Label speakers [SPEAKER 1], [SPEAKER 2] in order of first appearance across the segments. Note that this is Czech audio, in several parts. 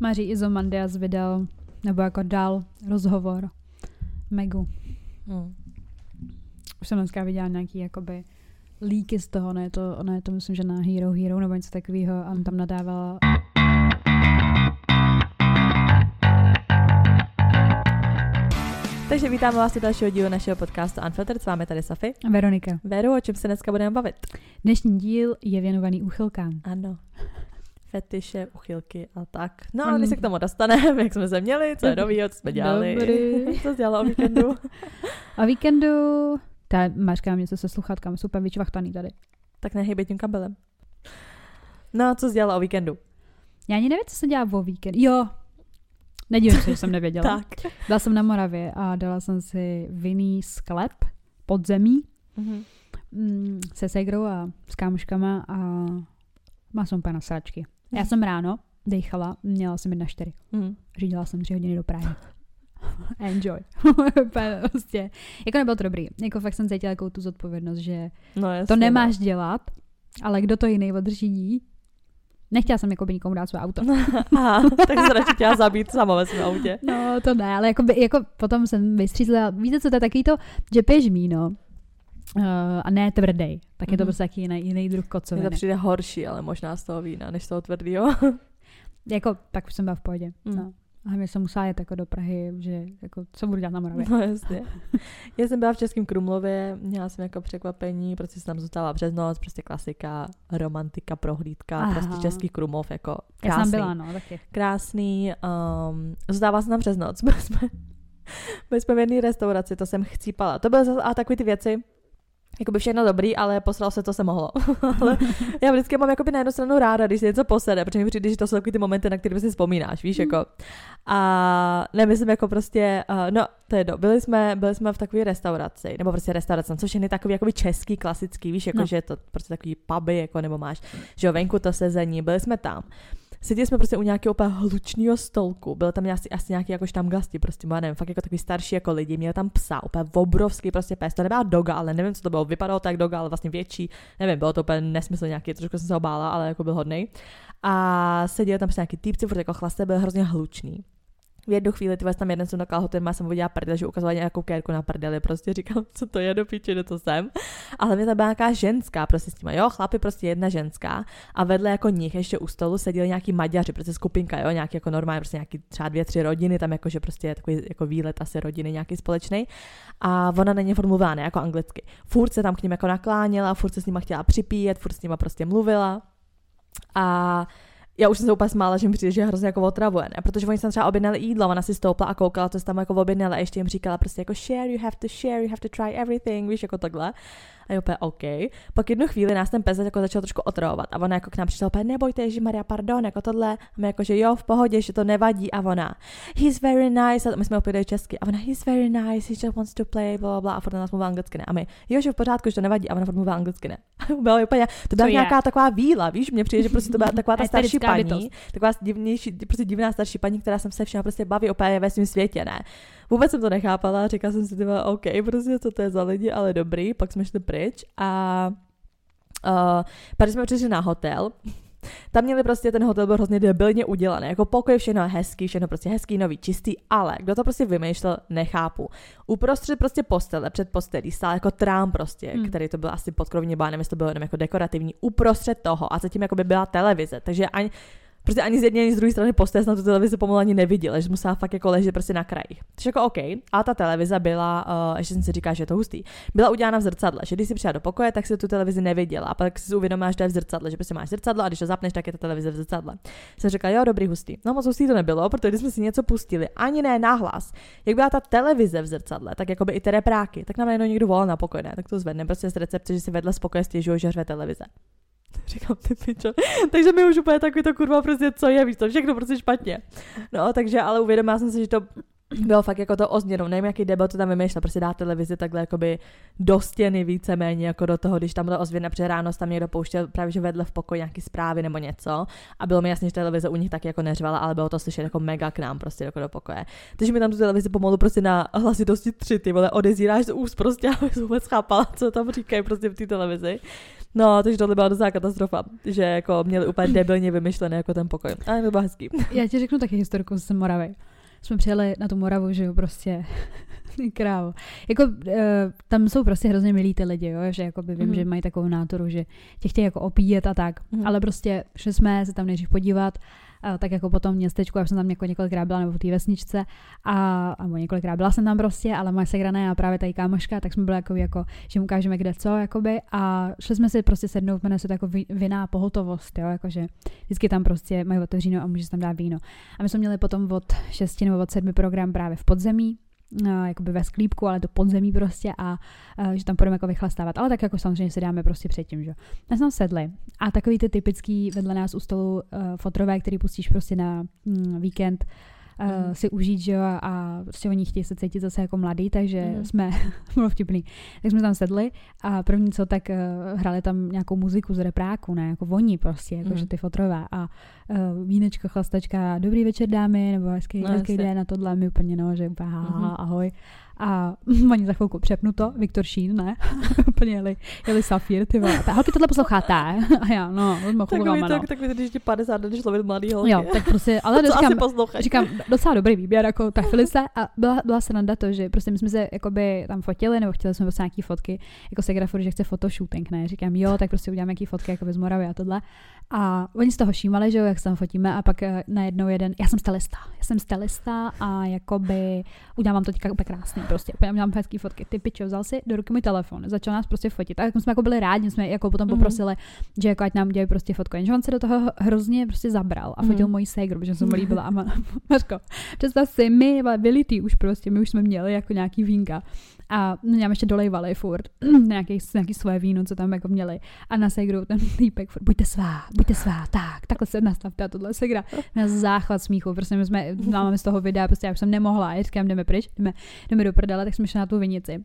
[SPEAKER 1] Maří Izomandias vydal, nebo jako dal rozhovor Megu.
[SPEAKER 2] Hmm.
[SPEAKER 1] Už jsem dneska viděla nějaký jakoby líky z toho, ne to, ne to myslím, že na Hero Hero nebo něco takového a on tam nadávala
[SPEAKER 2] Takže vítáme vás u dalšího dílu našeho podcastu Unfiltered. S vámi tady Safi.
[SPEAKER 1] Veronika.
[SPEAKER 2] Veru, o čem se dneska budeme bavit?
[SPEAKER 1] Dnešní díl je věnovaný úchylkám.
[SPEAKER 2] Ano. Fetiše, uchylky a tak. No
[SPEAKER 1] Mm.
[SPEAKER 2] a my se k tomu dostaneme, jak jsme se měli, co je novýho, co jsme dělali.
[SPEAKER 1] Dobrý.
[SPEAKER 2] Co jsi dělala o víkendu?
[SPEAKER 1] A víkendu... Ta Mařka nám něco se sluchátkami, super vyčvachtaný tady.
[SPEAKER 2] tak nehybej tím kabelem. No a co jsi dělala o víkendu?
[SPEAKER 1] Já ani nevím, co se dělá o víkend. Jo, nedivím se, že jsem nevěděla.
[SPEAKER 2] Tak.
[SPEAKER 1] Byla jsem na Moravě a dala jsem si vinný sklep podzemí
[SPEAKER 2] Mhm.
[SPEAKER 1] mm, se segrou a s kámoškama a má jsem úplně na sračky. Já
[SPEAKER 2] Mhm.
[SPEAKER 1] jsem ráno dejchala, měla jsem jít na čtyři.
[SPEAKER 2] Mhm.
[SPEAKER 1] Řídila jsem tři hodiny do Prahy. Enjoy. Úplně prostě. Jako nebylo to dobrý. Jako fakt jsem cítila jako tu zodpovědnost, že
[SPEAKER 2] No jasně.
[SPEAKER 1] to
[SPEAKER 2] no.
[SPEAKER 1] nemáš dělat, ale kdo to jiný održí? Nechtěla jsem jako by nikomu dát své auto.
[SPEAKER 2] Aha, tak jsi radši chtěla zabít sama ve svém autě.
[SPEAKER 1] No, to ne, ale jako, by, jako potom jsem vystřízla, víte, co to je takový to, že piješ víno uh, a ne tvrdej, tak je to
[SPEAKER 2] Mhm.
[SPEAKER 1] prostě taky jiný, jiný druh
[SPEAKER 2] Mně to
[SPEAKER 1] kocoviny.
[SPEAKER 2] přijde horší, ale možná z toho vína, než z toho tvrdýho.
[SPEAKER 1] Jako, tak už jsem byla v pohodě.
[SPEAKER 2] Mm.
[SPEAKER 1] No. A mě jsem musela jet jako do Prahy, že jako, co budu dělat na Moravě.
[SPEAKER 2] No jasně. Já jsem byla v Českém Krumlově, měla jsem jako překvapení, protože jsem tam zůstala přes noc, prostě klasika, romantika, prohlídka,
[SPEAKER 1] Aha.
[SPEAKER 2] Aha. prostě Český Krumlov, jako krásný.
[SPEAKER 1] Já jsem byla, no, taky.
[SPEAKER 2] Krásný, um, zůstává jsem tam přes noc. Byli jsme, byli jsme v jedné restauraci, to jsem chcípala. To byly zase a takový ty věci, Jakoby všechno dobrý, ale posral se, co se mohlo. ale já vždycky mám jakoby na jednu stranu ráda, když se něco posede, protože mi přijde, že to jsou takový ty momenty, na které si vzpomínáš, víš, jako. A nemyslím jako prostě, uh, no to je do, byli jsme, byli jsme v takové restauraci, nebo prostě restaurace, tam jsou všechny takový jakoby český, klasický, víš, jako
[SPEAKER 1] No.
[SPEAKER 2] no. že je to prostě takový puby, jako nebo máš, že jo, venku to sezení, byli jsme tam. Seděli jsme prostě u nějakého úplně hlučného stolku, byl tam asi, asi nějaký jako štamgasti, prostě, já nevím, fakt jako takový starší jako lidi, měl tam psa, úplně obrovský prostě pes, to nebyla doga, ale nevím, co to bylo, vypadalo tak doga, ale vlastně větší, nevím, bylo to úplně nesmysl nějaký, trošku jsem se obála, ale jako byl hodnej. A seděl tam prostě nějaký týpci, furt jako chlaste, byl hrozně hlučný. V jednu chvíli, ty vole, tam jeden jsem nakal hotel, já jsem viděla prdel, že ukazovala nějakou kérku na prdeli, prostě říkám, co to je do píče, kde to jsem. Ale mě tam byla nějaká ženská, prostě s tím, jo, chlapi prostě jedna ženská a vedle jako nich ještě u stolu seděli nějaký Maďaři, prostě skupinka, jo, nějaký jako normálně, prostě nějaký třeba dvě, tři rodiny, tam jakože prostě je takový jako výlet asi rodiny nějaký společný. A ona na ně furt mluvila, ne jako anglicky. Furt se tam k ním jako nakláněla, furt se s nima chtěla připíjet, furt s nima prostě mluvila. A já už jsem se úplně smála, že mi přijde, že je hrozně jako otravuje, ne? protože oni se tam třeba objednali jídlo, ona si stoupla a koukala, to se tam jako objednala a ještě jim říkala prostě jako share, you have to share, you have to try everything, víš, jako takhle. A je úplně OK. Pak jednu chvíli nás ten pes jako začal trošku otravovat a ona jako k nám přišla úplně, nebojte, Ježíš Maria, pardon, jako tohle. A my jako, že jo, v pohodě, že to nevadí. A ona, he's very nice, a my jsme opět česky. A ona, he's very nice, he just wants to play, bla, bla, bla. A furt na nás mluvila anglicky ne. A my, jo, že v pořádku, že to nevadí. A ona furt mluvila anglicky ne. Byla úplně, to byla
[SPEAKER 1] Co je?
[SPEAKER 2] nějaká taková víla, víš, mně přijde, že prostě to byla taková ta starší
[SPEAKER 1] Eterická
[SPEAKER 2] paní,
[SPEAKER 1] bytost.
[SPEAKER 2] taková divnější, prostě divná starší paní, která jsem se všema prostě baví úplně je ve svém světě, ne? Vůbec jsem to nechápala, říkala jsem si, tyhle, OK, prostě co to je za lidi, ale dobrý, pak jsme šli pryč a uh, pak jsme přišli na hotel, tam měli prostě ten hotel byl hrozně debilně udělaný, jako pokoj všechno je hezký, všechno prostě hezký, nový, čistý, ale kdo to prostě vymýšlel, nechápu. Uprostřed prostě postele, před postelí stál jako trám prostě,
[SPEAKER 1] Hmm.
[SPEAKER 2] hmm. který to byl asi podkrovní bá, nevím, jestli to bylo jenom jako dekorativní, uprostřed toho a zatím jako by byla televize, takže ani, Prostě ani z jedné, ani z druhé strany postel jsem na tu televizi pomalu ani neviděla, že musela fakt jako ležet prostě na krajích. Takže jako OK, a ta televize byla, uh, ještě jsem si říká, že je to hustý, byla udělána v zrcadle, že když si přijela do pokoje, tak si tu televizi neviděla a pak si uvědomila, že to je v zrcadle, že prostě máš zrcadlo a když to zapneš, tak je ta televize v zrcadle. Jsem řekla, jo, dobrý hustý. No moc hustý to nebylo, protože když jsme si něco pustili, ani ne nahlas, jak byla ta televize v zrcadle, tak jako by i ty repráky, tak nám najednou někdo volal na pokoj, ne, tak to zvedne prostě z recepce, že si vedle z pokoje stěžují, že řve televize. Říkám, ty pičo. Takže mi už úplně takový to kurva prostě, co je, víš to, všechno prostě špatně. No, takže ale uvědomila jsem si, že to bylo fakt jako to ozměnou, nevím, jaký debil to tam vymýšlel, prostě dá televizi takhle jakoby do stěny víceméně jako do toho, když tam byla ozvěna, protože ráno se tam někdo pouštěl právě, že vedle v pokoji nějaký zprávy nebo něco a bylo mi jasně, že televize u nich taky jako neřvala, ale bylo to slyšet jako mega k nám prostě jako do pokoje. Takže mi tam tu televizi pomalu prostě na hlasitosti tři, ty vole, odezíráš z úst prostě, aby vůbec chápala, co tam říkají prostě v té televizi. No, takže tohle byla docela katastrofa, že jako měli úplně debilně vymyšlené jako ten pokoj. Ale to bylo hezký.
[SPEAKER 1] Já ti řeknu taky historku z Moravy. Jsme přijeli na tu Moravu, že jo, prostě. Ty Krávo. Jako, eh, tam jsou prostě hrozně milí ty lidi, jo, že jako by vím,
[SPEAKER 2] Mhm.
[SPEAKER 1] že mají takovou nátoru, že tě chtějí jako opíjet a tak.
[SPEAKER 2] Mhm.
[SPEAKER 1] Ale prostě šli jsme se tam nejdřív podívat, a tak jako po tom městečku, já už jsem tam jako několikrát byla, nebo v té vesničce, a, nebo několikrát byla jsem tam prostě, ale moje segrana je právě tady kámoška, tak jsme byli jako, jako že mu ukážeme kde co, jakoby, a šli jsme si prostě sednout, jmenuje se to jako vi- vinná pohotovost, jo, jakože vždycky tam prostě mají otevříno a může se tam dát víno. A my jsme měli potom od 6 nebo od 7 program právě v podzemí, a jakoby ve sklípku, ale do podzemí prostě a, a že tam půjdeme jako vychlastávat. Ale tak jako samozřejmě si dáme prostě předtím, že jo. My jsme tam sedli a takový ty typický vedle nás u stolu uh, fotrové, který pustíš prostě na mm, víkend, Uh,
[SPEAKER 2] Mhm.
[SPEAKER 1] si užít, že jo, a prostě oni chtějí se cítit zase jako mladý, takže
[SPEAKER 2] Mhm.
[SPEAKER 1] jsme, bylo vtipný, tak jsme tam sedli a první co, tak uh, hráli tam nějakou muziku z repráku, ne, jako voní prostě, jako
[SPEAKER 2] Mhm.
[SPEAKER 1] že ty fotrové a uh, vínečko, chlastačka, dobrý večer dámy, nebo hezký,
[SPEAKER 2] No,
[SPEAKER 1] no, hezký
[SPEAKER 2] jasně.
[SPEAKER 1] den a tohle, my úplně no, že úplně, ha, ha, ha,
[SPEAKER 2] Mhm.
[SPEAKER 1] ahoj. A oni za chvilku přepnu to, Viktor Šín, ne, úplně jeli, jeli Safír, ty vole, ahoj, tohle posloucháte, a já, no, no,
[SPEAKER 2] Takový
[SPEAKER 1] no.
[SPEAKER 2] tak, takový, když ti 50 let, když člověk mladý holky.
[SPEAKER 1] Jo, tak prostě, ale
[SPEAKER 2] to
[SPEAKER 1] říkám,
[SPEAKER 2] asi poslouchají.
[SPEAKER 1] říkám, docela dobrý výběr, jako trefili se a byla, byla sranda to, že prostě my jsme se jakoby tam fotili, nebo chtěli jsme prostě nějaký fotky, jako se grafu, že chce fotoshooting, ne? Říkám, jo, tak prostě uděláme nějaký fotky jako z Moravy a tohle. A oni z toho šímali, že jo, jak se tam fotíme a pak eh, najednou jeden, já jsem stylista, já jsem stylista a jakoby udělám vám to teďka úplně krásně, prostě, úplně udělám hezký fotky. Ty pičo, vzal si do ruky můj telefon, začal nás prostě fotit. A tak jsme jako byli rádi, jsme jako potom
[SPEAKER 2] Mhm.
[SPEAKER 1] poprosili, že jako ať nám dělají prostě fotku. Jenže on se do toho hrozně prostě zabral a fotil
[SPEAKER 2] Mhm.
[SPEAKER 1] moji ségru, protože jsem mu líbila. A ma- Mařko, představ si, my vole, byli ty už prostě, my už jsme měli jako nějaký vínka. A nám ještě dolejvali furt nějaký, nějaký své víno, co tam jako měli. A na segru ten týpek furt, buďte svá, buďte svá, tak, takhle se nastavte a tohle segra. Na záchvat smíchu, prostě my jsme, máme z toho videa, prostě já už jsem nemohla, já říkám, jdeme pryč, jdeme, jdeme do prdele, tak jsme šli na tu vinici.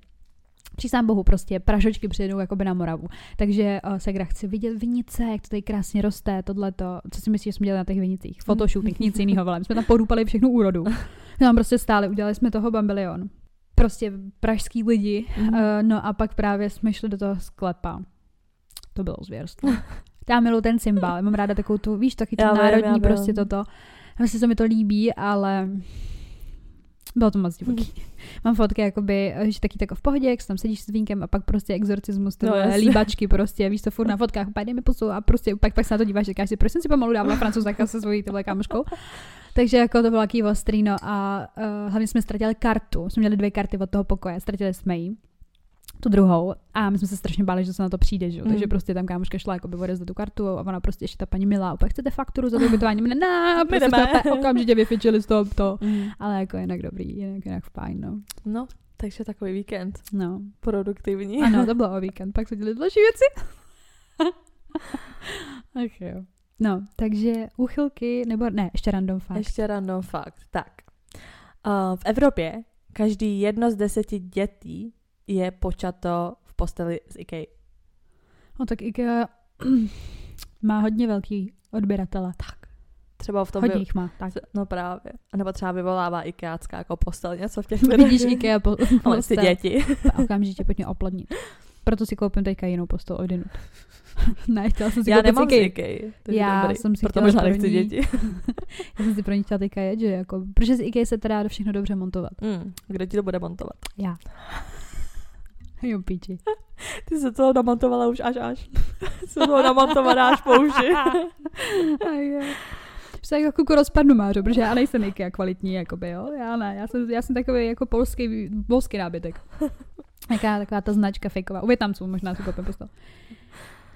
[SPEAKER 1] Přísám bohu, prostě pražočky přijedou jakoby na Moravu. Takže uh, Segra chci vidět vinice, jak to tady krásně roste, tohleto. Co si myslíš, že jsme dělali na těch vinicích? Photoshooting, nic jiného, vole. My jsme tam porúpali všechnu úrodu. My tam prostě stáli, udělali jsme toho bambilion. Prostě pražský lidi.
[SPEAKER 2] Mhm.
[SPEAKER 1] Uh, no a pak právě jsme šli do toho sklepa. To bylo zvěrstvo. Já miluji ten cymbál, já mám ráda takovou tu, víš, taky tu
[SPEAKER 2] Já vím, já
[SPEAKER 1] národní
[SPEAKER 2] vím.
[SPEAKER 1] prostě toto. Vlastně se mi to líbí, ale bylo to moc divoký.
[SPEAKER 2] Mhm.
[SPEAKER 1] Mám fotky, jakoby, že taky tak v pohodě, jak se tam sedíš s vínkem a pak prostě exorcismus, ty
[SPEAKER 2] No,
[SPEAKER 1] no,
[SPEAKER 2] jasně.
[SPEAKER 1] líbačky prostě, víš co, furt na fotkách, pak dej mi pusu a prostě pak, pak se na to díváš, říkáš si, proč jsem si pomalu dávala francouzaka se svojí tyhle kámoškou. Takže jako to bylo takový ostrý, no a uh, hlavně jsme ztratili kartu, jsme měli dvě karty od toho pokoje, ztratili jsme ji tu druhou a my jsme se strašně báli, že se na to přijde, že? jo.
[SPEAKER 2] Mm.
[SPEAKER 1] takže prostě tam kámoška šla jako by odezdat tu kartu a ona prostě ještě ta paní milá, úplně chcete fakturu za to ubytování, ne, ne, prostě
[SPEAKER 2] jdeme.
[SPEAKER 1] jsme úplně okamžitě vyfičili z toho to.
[SPEAKER 2] Mm.
[SPEAKER 1] Ale jako jinak dobrý, jinak, jinak fajn, no.
[SPEAKER 2] No, takže takový víkend
[SPEAKER 1] no.
[SPEAKER 2] produktivní.
[SPEAKER 1] Ano, to bylo o víkend, pak se děli další věci. Ach jo. No, takže úchylky, nebo ne, ještě random fakt.
[SPEAKER 2] Ještě random fakt. Tak. Uh, v Evropě každý jedno z deseti dětí je počato v posteli z IKEA.
[SPEAKER 1] No tak IKEA má hodně velký odběratele. Tak.
[SPEAKER 2] Třeba v tom...
[SPEAKER 1] hodně jich má, tak.
[SPEAKER 2] No právě. A nebo třeba vyvolává IKEAcká jako postel něco v těch
[SPEAKER 1] Vidíš IKEA po,
[SPEAKER 2] Ale ty
[SPEAKER 1] postel.
[SPEAKER 2] děti.
[SPEAKER 1] okamžitě pojď mě oplodnit. Proto si koupím teďka jinou postel od jinut. ne, chtěla jsem si
[SPEAKER 2] Já
[SPEAKER 1] koupit
[SPEAKER 2] nemám z
[SPEAKER 1] IKEA.
[SPEAKER 2] IKEA. to je
[SPEAKER 1] Já
[SPEAKER 2] dobrý.
[SPEAKER 1] jsem si
[SPEAKER 2] Proto
[SPEAKER 1] chtěla
[SPEAKER 2] možná
[SPEAKER 1] pro
[SPEAKER 2] nechci
[SPEAKER 1] ní-
[SPEAKER 2] děti.
[SPEAKER 1] Já jsem si pro ní chtěla teďka jet, že jako, protože z IKEA se teda dá všechno dobře montovat.
[SPEAKER 2] Mm, kdo ti to bude montovat?
[SPEAKER 1] Já. Jo, píči.
[SPEAKER 2] Ty se toho namontovala už až až. Jsem toho namontovaná až po uši.
[SPEAKER 1] A jo. Už se jako kuku rozpadnu, Mářo, protože já nejsem IKEA kvalitní, jakoby, jo. Já ne, já jsem, já jsem takový jako polský, polský nábytek. Jaká taková ta značka fejková. U Větnamců možná si koupím postel.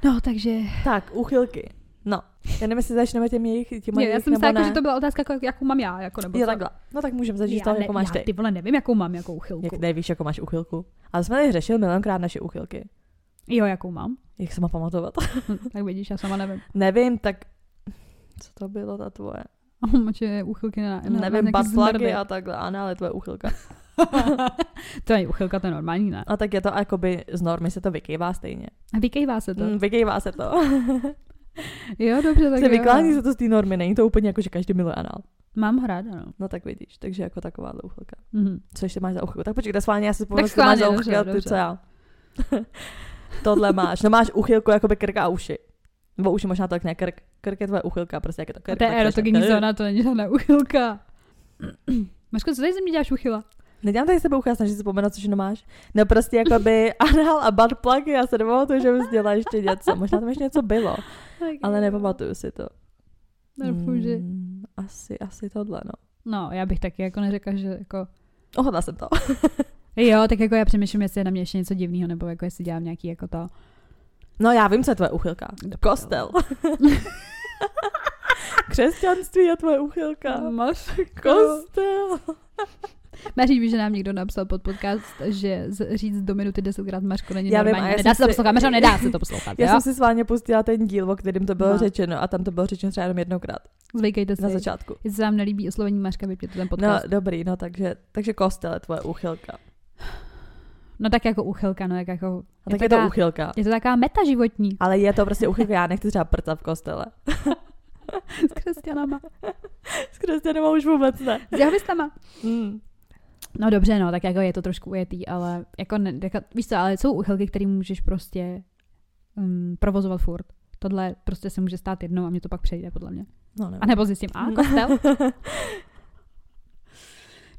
[SPEAKER 1] No, takže...
[SPEAKER 2] tak, uchylky. No, já nevím, jestli začneme těm jejich, těm
[SPEAKER 1] Ne,
[SPEAKER 2] jejich,
[SPEAKER 1] já jsem se
[SPEAKER 2] nebo
[SPEAKER 1] jako,
[SPEAKER 2] ne.
[SPEAKER 1] že to byla otázka, jako, jakou mám já, jako nebo
[SPEAKER 2] Jo,
[SPEAKER 1] co?
[SPEAKER 2] takhle. No tak můžeme začít
[SPEAKER 1] já,
[SPEAKER 2] z toho,
[SPEAKER 1] ne-
[SPEAKER 2] jako máš
[SPEAKER 1] já,
[SPEAKER 2] ty.
[SPEAKER 1] ty vole, nevím, jakou mám, jakou uchylku.
[SPEAKER 2] Jak nevíš, jako máš uchylku. Ale jsme tady řešili milionkrát naše uchylky.
[SPEAKER 1] Jo, jakou mám.
[SPEAKER 2] Jak se má pamatovat?
[SPEAKER 1] Hm, tak vidíš, já sama nevím.
[SPEAKER 2] Nevím, tak co to bylo ta tvoje?
[SPEAKER 1] A moče je uchylky na, na na
[SPEAKER 2] Nevím,
[SPEAKER 1] No, nějaký
[SPEAKER 2] batlagy
[SPEAKER 1] zmrdy.
[SPEAKER 2] a takhle. Ano, ale to je uchylka.
[SPEAKER 1] to je uchylka, to je normální, ne?
[SPEAKER 2] A tak je to jakoby z normy se to vykývá stejně.
[SPEAKER 1] A vykejvá se to.
[SPEAKER 2] Mm, vykývá se to.
[SPEAKER 1] Jo, dobře, tak
[SPEAKER 2] se
[SPEAKER 1] jo.
[SPEAKER 2] vyklání se to z té normy, není to úplně jako, že každý miluje anal.
[SPEAKER 1] Mám ho ráda, no.
[SPEAKER 2] No tak vidíš, takže jako taková uchylka.
[SPEAKER 1] Mhm.
[SPEAKER 2] Co ještě máš za uchylku? Tak počkej, kde schválně, já si povím, co
[SPEAKER 1] schválně,
[SPEAKER 2] máš za
[SPEAKER 1] dobře,
[SPEAKER 2] uchylku, a ty
[SPEAKER 1] dobře.
[SPEAKER 2] co já. Tohle máš. No máš uchylku jakoby krk a uši. Nebo uši možná tak ne, krk. Krk je tvoje uchylka, prostě jak je to
[SPEAKER 1] A
[SPEAKER 2] krk.
[SPEAKER 1] to je
[SPEAKER 2] tak to ještě-
[SPEAKER 1] erotogenní zóna, to není žádná uchylka. Maško, co tady ze mě děláš uchyla?
[SPEAKER 2] Nedělám tady s tebou uchyl, snažím se vzpomenout, co všechno máš. No prostě jakoby anal a butt plug, já se nepamatuju, že bys dělala ještě něco. Možná tam ještě něco bylo, ale nepamatuju si to.
[SPEAKER 1] Nerfuji, No, že...
[SPEAKER 2] Mm, asi, asi tohle, no.
[SPEAKER 1] No, já bych taky jako neřekla, že jako...
[SPEAKER 2] Ohodla jsem to.
[SPEAKER 1] Jo, tak jako já přemýšlím, jestli je na mě ještě něco divného, nebo jako jestli dělám nějaký jako to...
[SPEAKER 2] No já vím, co je tvoje uchylka. Kostel. Křesťanství je tvoje uchylka.
[SPEAKER 1] No. Maško.
[SPEAKER 2] Kostel.
[SPEAKER 1] Maří ví, že nám někdo napsal pod podcast, že z, říct do minuty desetkrát Maško není
[SPEAKER 2] Já vím,
[SPEAKER 1] normální.
[SPEAKER 2] a já
[SPEAKER 1] nedá
[SPEAKER 2] jsem
[SPEAKER 1] se to
[SPEAKER 2] si-
[SPEAKER 1] poslouchat, Mařo, nedá se to poslouchat,
[SPEAKER 2] Já
[SPEAKER 1] jo?
[SPEAKER 2] jsem si s vámi pustila ten díl, o kterém to bylo
[SPEAKER 1] No.
[SPEAKER 2] řečeno a tam to bylo řečeno třeba jenom jednokrát
[SPEAKER 1] Zvykejte si.
[SPEAKER 2] na začátku.
[SPEAKER 1] Jestli se vám nelíbí oslovení Maška, vypněte ten
[SPEAKER 2] No
[SPEAKER 1] podcast. No,
[SPEAKER 2] dobrý, no takže, takže kostel je tvoje uchylka.
[SPEAKER 1] no tak jako uchylka, no jak jako...
[SPEAKER 2] A
[SPEAKER 1] je
[SPEAKER 2] tak je to
[SPEAKER 1] taková-
[SPEAKER 2] uchylka.
[SPEAKER 1] Je to taková meta životní.
[SPEAKER 2] Ale je to prostě uchylka, já nechci třeba prcat v kostele.
[SPEAKER 1] S křesťanama.
[SPEAKER 2] S křesťanama už vůbec ne.
[SPEAKER 1] S jahvistama.
[SPEAKER 2] Mm.
[SPEAKER 1] No dobře, no, tak jako je to trošku ujetý, ale jako, ne, jako víš co, ale jsou uchylky, které můžeš prostě um, provozovat furt. Tohle prostě se může stát jednou a mě to pak přejde, podle mě.
[SPEAKER 2] No, nevím.
[SPEAKER 1] A nebo zjistím, a kostel?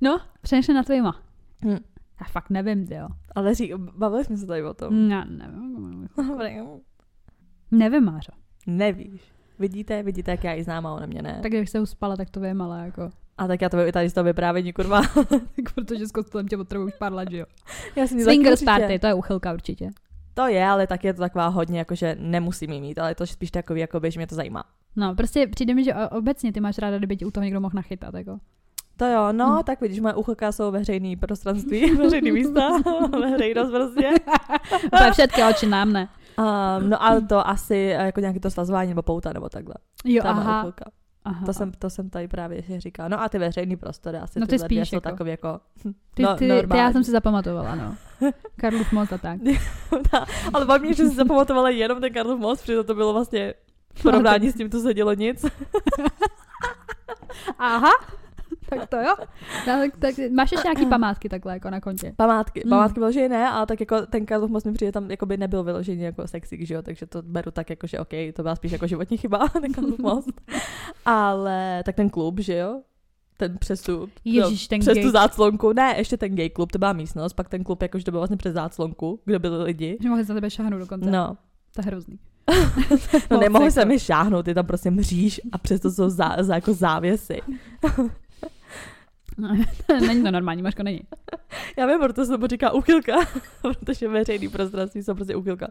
[SPEAKER 1] No, přenešli na tvýma.
[SPEAKER 2] Hm.
[SPEAKER 1] Já fakt nevím, jo.
[SPEAKER 2] Ale řík, bavili jsme se tady o tom.
[SPEAKER 1] Já nevím.
[SPEAKER 2] Dobrý.
[SPEAKER 1] Nevím, Mářo.
[SPEAKER 2] Nevíš. Vidíte, vidíte, jak já ji znám a ona mě ne.
[SPEAKER 1] Tak když se uspala, tak to vím, ale jako...
[SPEAKER 2] A tak já to i tady z toho vyprávění, kurva.
[SPEAKER 1] Protože s kostelem tě potřebuji už pár let, že jo.
[SPEAKER 2] Já jsem ji
[SPEAKER 1] Swingers
[SPEAKER 2] taky určitě-
[SPEAKER 1] party, to je uchylka určitě.
[SPEAKER 2] To je, ale tak je to taková hodně, jakože nemusím ji mít, ale je to spíš takový, jakoby, že mě to zajímá.
[SPEAKER 1] No, prostě přijde mi, že o- obecně ty máš ráda, kdyby tě u toho někdo mohl nachytat, jako.
[SPEAKER 2] To jo, no,
[SPEAKER 1] Mhm.
[SPEAKER 2] tak vidíš, moje uchylka jsou veřejný prostranství, veřejný místa, veřejnost prostě.
[SPEAKER 1] Úplně všetky oči nám ne.
[SPEAKER 2] Um, no ale to asi eh, jako nějaké to svazování nebo pouta nebo takhle.
[SPEAKER 1] Jo,
[SPEAKER 2] To je moje uchylka.
[SPEAKER 1] aha.
[SPEAKER 2] To jsem, to jsem tady právě že říká. No a ty veřejný prostory asi
[SPEAKER 1] No
[SPEAKER 2] no,
[SPEAKER 1] ty
[SPEAKER 2] ty tyhle dvě
[SPEAKER 1] spíš
[SPEAKER 2] jsou
[SPEAKER 1] jako.
[SPEAKER 2] takový jako...
[SPEAKER 1] Ty,
[SPEAKER 2] no,
[SPEAKER 1] ty, ty, já
[SPEAKER 2] normální.
[SPEAKER 1] jsem si zapamatovala, no. Karlův most a tak.
[SPEAKER 2] ale baví mě, že jsi zapamatovala jenom ten Karlov most, protože to bylo vlastně v porovnání s tím, co se dělo nic.
[SPEAKER 1] Aha, tak to jo. No, tak, tak, máš ještě nějaký památky takhle jako na kontě?
[SPEAKER 2] Památky,
[SPEAKER 1] Mm.
[SPEAKER 2] památky bylo, že je ne, ale tak jako ten Karlov most mi přijde tam, jako by nebyl vyložený jako sexy, že jo, takže to beru tak jako, že OK, to byla spíš jako životní chyba, ten Karlov most. Ale tak ten klub, že jo, ten přestup. no,
[SPEAKER 1] Ježíš, ten
[SPEAKER 2] přes
[SPEAKER 1] gay.
[SPEAKER 2] tu záclonku, ne, ještě ten gay klub, to byla místnost, pak ten klub, jakože to byl vlastně přes záclonku, kde byli lidi.
[SPEAKER 1] Že mohli za tebe šahnout dokonce.
[SPEAKER 2] No,
[SPEAKER 1] To je hrozný.
[SPEAKER 2] No nemohli se
[SPEAKER 1] jako-
[SPEAKER 2] mi šáhnout, je tam prostě mříž a přesto jsou za, za jako závěsy.
[SPEAKER 1] není to normální, Maško, není.
[SPEAKER 2] Já vím, proto se mu říká uchylka, protože veřejný prostranství jsou prostě uchylka.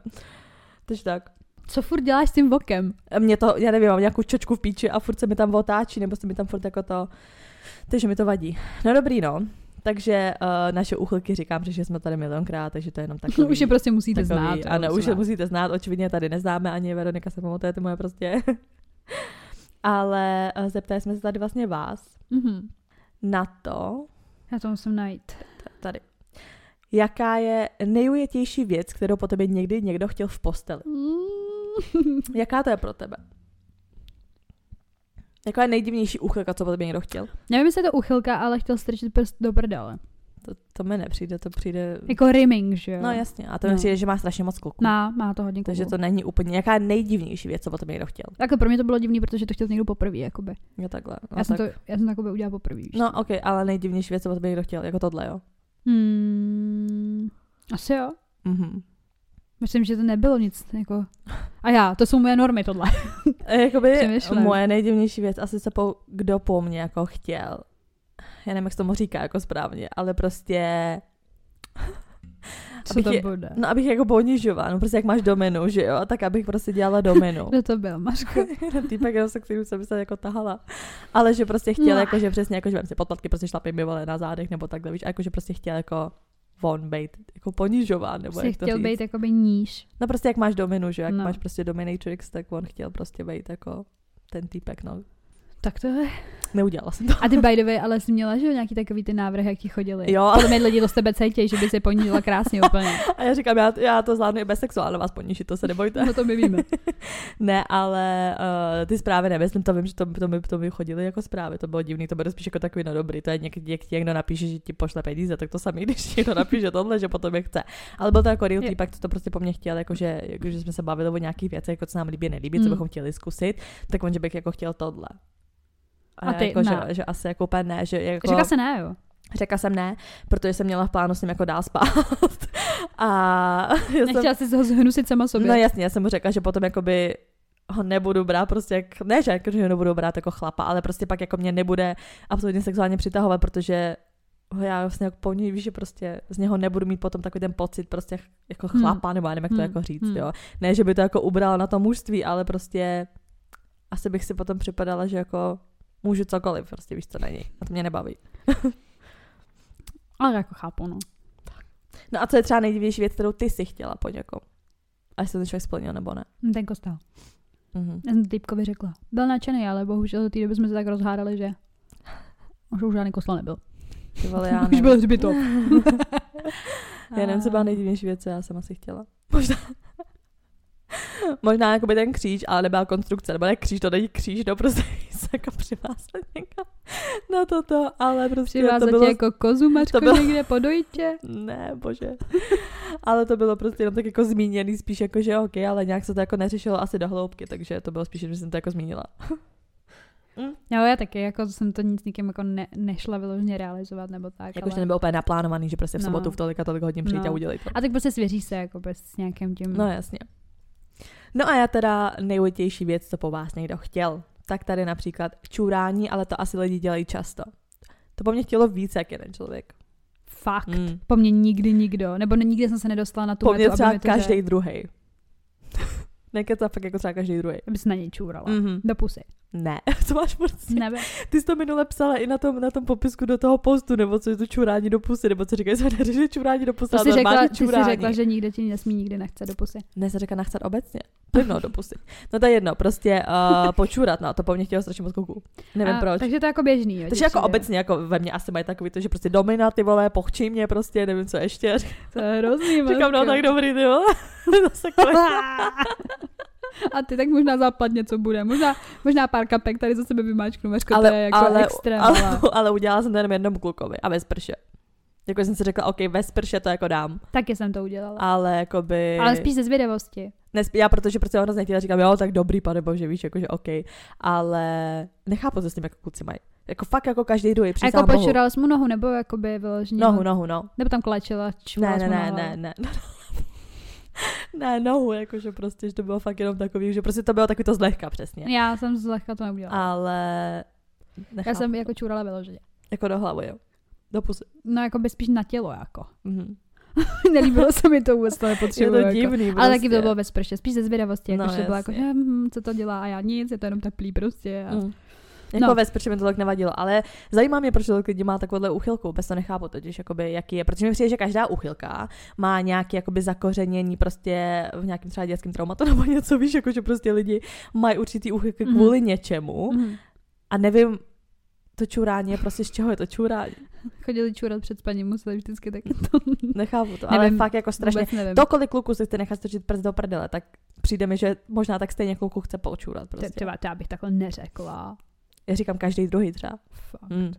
[SPEAKER 2] Takže tak.
[SPEAKER 1] Co furt děláš s tím vokem?
[SPEAKER 2] A Mě to, já nevím, mám nějakou čočku v píči a furt se mi tam otáčí, nebo se mi tam furt jako to, takže mi to vadí. No dobrý, no. Takže uh, naše uchylky říkám, že jsme tady milionkrát, takže to je jenom takový.
[SPEAKER 1] Už je prostě musíte
[SPEAKER 2] takový,
[SPEAKER 1] znát. jo,
[SPEAKER 2] Ano, už je
[SPEAKER 1] znát.
[SPEAKER 2] musíte znát, očividně tady neznáme, ani Veronika se pamatuje, to moje prostě. Ale eh, zeptali jsme se tady vlastně vás,
[SPEAKER 1] Mhm.
[SPEAKER 2] na to,
[SPEAKER 1] Já to musím najít.
[SPEAKER 2] tady, jaká je nejujetější věc, kterou po tobě někdy někdo chtěl v posteli.
[SPEAKER 1] Mm.
[SPEAKER 2] Jaká to je pro tebe? Jaká je nejdivnější uchylka, co po tobě někdo chtěl?
[SPEAKER 1] Nevím, jestli je to uchylka, ale chtěl strčit prst do prdele.
[SPEAKER 2] To, to mi nepřijde, to přijde...
[SPEAKER 1] Jako rimming, že jo?
[SPEAKER 2] No jasně, a to mi
[SPEAKER 1] No.
[SPEAKER 2] přijde, že má strašně moc kluků.
[SPEAKER 1] Má, má to hodně
[SPEAKER 2] Takže
[SPEAKER 1] kluků.
[SPEAKER 2] to není úplně, jaká je nejdivnější věc, co po tobě někdo chtěl.
[SPEAKER 1] Jako pro mě to bylo divný, protože to chtěl někdo poprvé, jakoby.
[SPEAKER 2] Jo, takhle. No,
[SPEAKER 1] já, jsem to,
[SPEAKER 2] tak.
[SPEAKER 1] já jsem to jakoby udělala poprvé. víš
[SPEAKER 2] No,
[SPEAKER 1] co.
[SPEAKER 2] ok, ale nejdivnější věc, co po tobě někdo chtěl, jako tohle, jo.
[SPEAKER 1] Hmm, asi jo.
[SPEAKER 2] Mhm.
[SPEAKER 1] Myslím, že to nebylo nic, jako... A já, to jsou moje normy tohle.
[SPEAKER 2] E, Jakoby
[SPEAKER 1] Přemýšlím.
[SPEAKER 2] moje nejdivnější věc, asi se po, kdo po mně jako chtěl. Já nevím, jak se tomu říká jako správně, ale prostě...
[SPEAKER 1] Co
[SPEAKER 2] Abych
[SPEAKER 1] to
[SPEAKER 2] je-
[SPEAKER 1] bude?
[SPEAKER 2] No abych jako ponižovala, no prostě jak máš domenu, že jo, tak abych prostě dělala domenu.
[SPEAKER 1] Kdo to byl, Mařko?
[SPEAKER 2] Ten týpek, jenom se kterým jsem se jako tahala. Ale že prostě chtěl,
[SPEAKER 1] No.
[SPEAKER 2] jako že přesně, jako že vem si podpatky, prostě šlapy mi vole na zádech nebo takhle, víš, a jako že prostě chtěl jako von být, jako ponižován, nebo
[SPEAKER 1] Jsi
[SPEAKER 2] jak to
[SPEAKER 1] Prostě chtěl
[SPEAKER 2] říct.
[SPEAKER 1] být jakoby níž.
[SPEAKER 2] No prostě jak máš domenu, že jo, jak
[SPEAKER 1] No.
[SPEAKER 2] no. máš prostě dominatrix, tak on chtěl prostě být jako ten týpek, no.
[SPEAKER 1] Tak to je...
[SPEAKER 2] neudělala jsem to.
[SPEAKER 1] A ty by the way, ale jsi měla, že jo, nějaký takový ty návrhy, jak ti chodili.
[SPEAKER 2] Jo, ale-
[SPEAKER 1] Podle mě lidi to z tebe cítí, že by se ponížila krásně úplně.
[SPEAKER 2] A já říkám, já, já to zvládnu i bez sexu, ale vás ponížit, to se nebojte.
[SPEAKER 1] No to my víme.
[SPEAKER 2] Jako- Ne, ale uh, ty zprávy nemyslím, to vím, že to, to, mi, to mi chodili jako zprávy, to bylo divný, to bylo spíš jako takový no dobrý, to je někdy, jak ti někdo napíše, že ti pošle peníze, tak to samý, když ti někdo napíše tohle, že potom je chce. Ale byl to jako real
[SPEAKER 1] Jo.
[SPEAKER 2] týpek, co to prostě po mně chtěl, jakože, jakože jsme se bavili o nějakých věcech, jako co nám líbí, nelíbí, co
[SPEAKER 1] Mm.
[SPEAKER 2] bychom chtěli zkusit, tak on, že bych jako chtěl tohle.
[SPEAKER 1] A
[SPEAKER 2] já
[SPEAKER 1] ty
[SPEAKER 2] jako,
[SPEAKER 1] ne.
[SPEAKER 2] že, že, asi jako úplně ne, že jako...
[SPEAKER 1] Řekla se ne, jo.
[SPEAKER 2] Řekla jsem ne, protože jsem měla v plánu s ním jako dál spát. A já jsem,
[SPEAKER 1] Nechtěla jsi ho zhnusit sama sobě.
[SPEAKER 2] no jasně, já jsem mu řekla, že potom jakoby ho nebudu brát prostě jak, ne, že, jako, že ho nebudu brát jako chlapa, ale prostě pak jako mě nebude absolutně sexuálně přitahovat, protože ho já vlastně jako ponížím, že prostě z něho nebudu mít potom takový ten pocit prostě ch- jako
[SPEAKER 1] Hmm.
[SPEAKER 2] chlapa, nebo já nevím, jak to
[SPEAKER 1] Hmm.
[SPEAKER 2] jako říct,
[SPEAKER 1] Hmm.
[SPEAKER 2] jo. Ne, že by to jako ubralo na to mužství, ale prostě asi bych si potom připadala, že jako můžu cokoliv, prostě víš, co na něj. A to mě nebaví.
[SPEAKER 1] Ale jako chápu, no.
[SPEAKER 2] No a co je třeba nejdivější věc, kterou ty si chtěla po někom? Až se ten člověk splnil, nebo ne?
[SPEAKER 1] Mm, Ten kostel.
[SPEAKER 2] Mhm.
[SPEAKER 1] Já jsem to týpkovi řekla. Byl nadšený, ale bohužel do té doby jsme se tak rozhádali, že už, už žádný kostel nebyl.
[SPEAKER 2] Ty vole, já
[SPEAKER 1] už
[SPEAKER 2] nevím.
[SPEAKER 1] byl hřbitov.
[SPEAKER 2] Já nevím, co
[SPEAKER 1] Ah.
[SPEAKER 2] byla nejdivnější věc, co já jsem asi chtěla. Možná. Možná jakoby ten kříž, ale nebyla konstrukce, nebo ne kříž, to není kříž, no prostě se jako přivázat někam na toto, ale prostě to
[SPEAKER 1] Přivázat
[SPEAKER 2] bylo...
[SPEAKER 1] tě jako kozu, Mařko,
[SPEAKER 2] to bylo-
[SPEAKER 1] někde po dojitě.
[SPEAKER 2] Ne, bože. ale to bylo prostě jenom tak jako zmíněný, spíš jako, že ok, ale nějak se to jako neřešilo asi do hloubky, takže to bylo spíš, že jsem to jako zmínila.
[SPEAKER 1] Jo, já taky, jako jsem to nic nikým jako ne, nešla vyloženě realizovat nebo tak.
[SPEAKER 2] Jakože Jako, to
[SPEAKER 1] ale...
[SPEAKER 2] nebylo úplně naplánovaný, že prostě v
[SPEAKER 1] No.
[SPEAKER 2] sobotu v tolik a tolik hodin přijít
[SPEAKER 1] No.
[SPEAKER 2] a udělat to.
[SPEAKER 1] A tak prostě svěří se jako bez s nějakým tím.
[SPEAKER 2] No jasně. No a já teda nejvojtější věc, co po vás někdo chtěl. Tak tady například čurání, ale to asi lidi dělají často. To po mně chtělo víc jak jeden člověk.
[SPEAKER 1] Fakt. Mm.
[SPEAKER 2] Mm.
[SPEAKER 1] Po mně nikdy nikdo, nebo ne- nikdy jsem se nedostala na tu
[SPEAKER 2] Po
[SPEAKER 1] metu,
[SPEAKER 2] mně
[SPEAKER 1] aby
[SPEAKER 2] třeba
[SPEAKER 1] mi to,
[SPEAKER 2] každý
[SPEAKER 1] Že...
[SPEAKER 2] druhý. Nekecá fakt jako třeba každý druhý.
[SPEAKER 1] Aby se na něj čůrala. Mm.
[SPEAKER 2] Mm-hmm.
[SPEAKER 1] Do pusy.
[SPEAKER 2] Ne, co máš prostě?
[SPEAKER 1] Nebe.
[SPEAKER 2] Ty jsi to minule psala i na tom, na tom popisku do toho postu, nebo co je to čurání do pusy, nebo co říkají, že neřeší čurání do pusy,
[SPEAKER 1] To
[SPEAKER 2] ale
[SPEAKER 1] jsi řekla,
[SPEAKER 2] normální
[SPEAKER 1] ty jsi
[SPEAKER 2] čurání.
[SPEAKER 1] řekla, že nikdo ti nesmí nikdy nechce do pusy.
[SPEAKER 2] Ne, se říká nachcat obecně. Plynou do pusy. No to je jedno, prostě uh, počůrat, no to po mně chtělo strašně moc kuků. Nevím
[SPEAKER 1] A,
[SPEAKER 2] proč.
[SPEAKER 1] Takže to je jako běžný. Jo,
[SPEAKER 2] Takže
[SPEAKER 1] ti
[SPEAKER 2] jako
[SPEAKER 1] přijde.
[SPEAKER 2] obecně, jako ve mně asi mají takový to, že prostě domina, ty vole, pochčí mě prostě, nevím co ještě.
[SPEAKER 1] To je hrozný.
[SPEAKER 2] Říkám,
[SPEAKER 1] Mařko.
[SPEAKER 2] no tak dobrý, ty vole. Zase konec.
[SPEAKER 1] A ty tak možná západně co bude. Možná, možná pár kapek tady za sebe vymáčknu. Mařko, to je jako extrém.
[SPEAKER 2] ale, ale, udělala jsem to jenom jednomu klukovi a ve sprše. Jako jsem si řekla, OK, ve sprše to jako dám,
[SPEAKER 1] Taky jsem to udělala.
[SPEAKER 2] ale jakoby...
[SPEAKER 1] Ale spíš ze zvědavosti.
[SPEAKER 2] Nespí, já protože prostě ho hrozně chtěla, říkám, jo, tak dobrý, pane bože, víš, jakože OK, ale nechápu, co s tím jako kluci mají. Jako fakt jako každý druhý
[SPEAKER 1] A jako
[SPEAKER 2] přísahám Bohu.
[SPEAKER 1] počural jsi mu nohu, nebo jakoby vyloženě...
[SPEAKER 2] Nohu, nohu, no.
[SPEAKER 1] Nebo tam klečela,
[SPEAKER 2] Ne,
[SPEAKER 1] čurala
[SPEAKER 2] ne,
[SPEAKER 1] jsi mu
[SPEAKER 2] ne,
[SPEAKER 1] na
[SPEAKER 2] ne,
[SPEAKER 1] hlavu.
[SPEAKER 2] ne. Ne, nohu, jakože prostě, že to bylo fakt jenom takový, že prostě to bylo takový to zlehka přesně.
[SPEAKER 1] Já jsem zlehka to neudělala.
[SPEAKER 2] Ale nechápu.
[SPEAKER 1] Já jsem jako čurala vyloženě.
[SPEAKER 2] jako do hlavy, jo. Do pusy.
[SPEAKER 1] No jako by spíš na tělo jako.
[SPEAKER 2] Mhm.
[SPEAKER 1] Nelíbilo se mi to vůbec, to
[SPEAKER 2] Je
[SPEAKER 1] nepotřebuji.
[SPEAKER 2] to
[SPEAKER 1] jako.
[SPEAKER 2] divný prostě.
[SPEAKER 1] Ale taky to bylo ve sprše, spíš ze zvědavosti, jako,
[SPEAKER 2] No,
[SPEAKER 1] že byla jako, že
[SPEAKER 2] jasně.
[SPEAKER 1] hm, co to dělá a já nic, je to jenom teplý prostě. A...
[SPEAKER 2] Mm. Jako
[SPEAKER 1] No.
[SPEAKER 2] no. ves, proč mi to tak nevadilo, ale zajímá mě, proč tolik lidí má takovouhle uchylku, bez to nechápu totiž, jakoby, jaký je, protože mi přijde, že každá uchylka má nějaké jakoby zakořenění prostě v nějakém třeba dětském traumatu nebo něco, víš, jako že prostě lidi mají určitý uchylky
[SPEAKER 1] Mhm.
[SPEAKER 2] kvůli něčemu
[SPEAKER 1] Mhm.
[SPEAKER 2] a nevím, to čurání je prostě z čeho je to čurání,
[SPEAKER 1] Chodili čurat před spaním, museli vždycky taky to.
[SPEAKER 2] nechápu to, ale
[SPEAKER 1] Nevím,
[SPEAKER 2] fakt jako strašně,
[SPEAKER 1] Vůbec nevím.
[SPEAKER 2] to kolik kluků si chce nechat strčit prst do prdele, tak přijde mi, že možná tak stejně kluku chce počurat
[SPEAKER 1] Tě-
[SPEAKER 2] prostě.
[SPEAKER 1] Třeba to já bych takhle neřekla.
[SPEAKER 2] Já říkám každý druhý třeba.
[SPEAKER 1] Fakt.
[SPEAKER 2] Mm.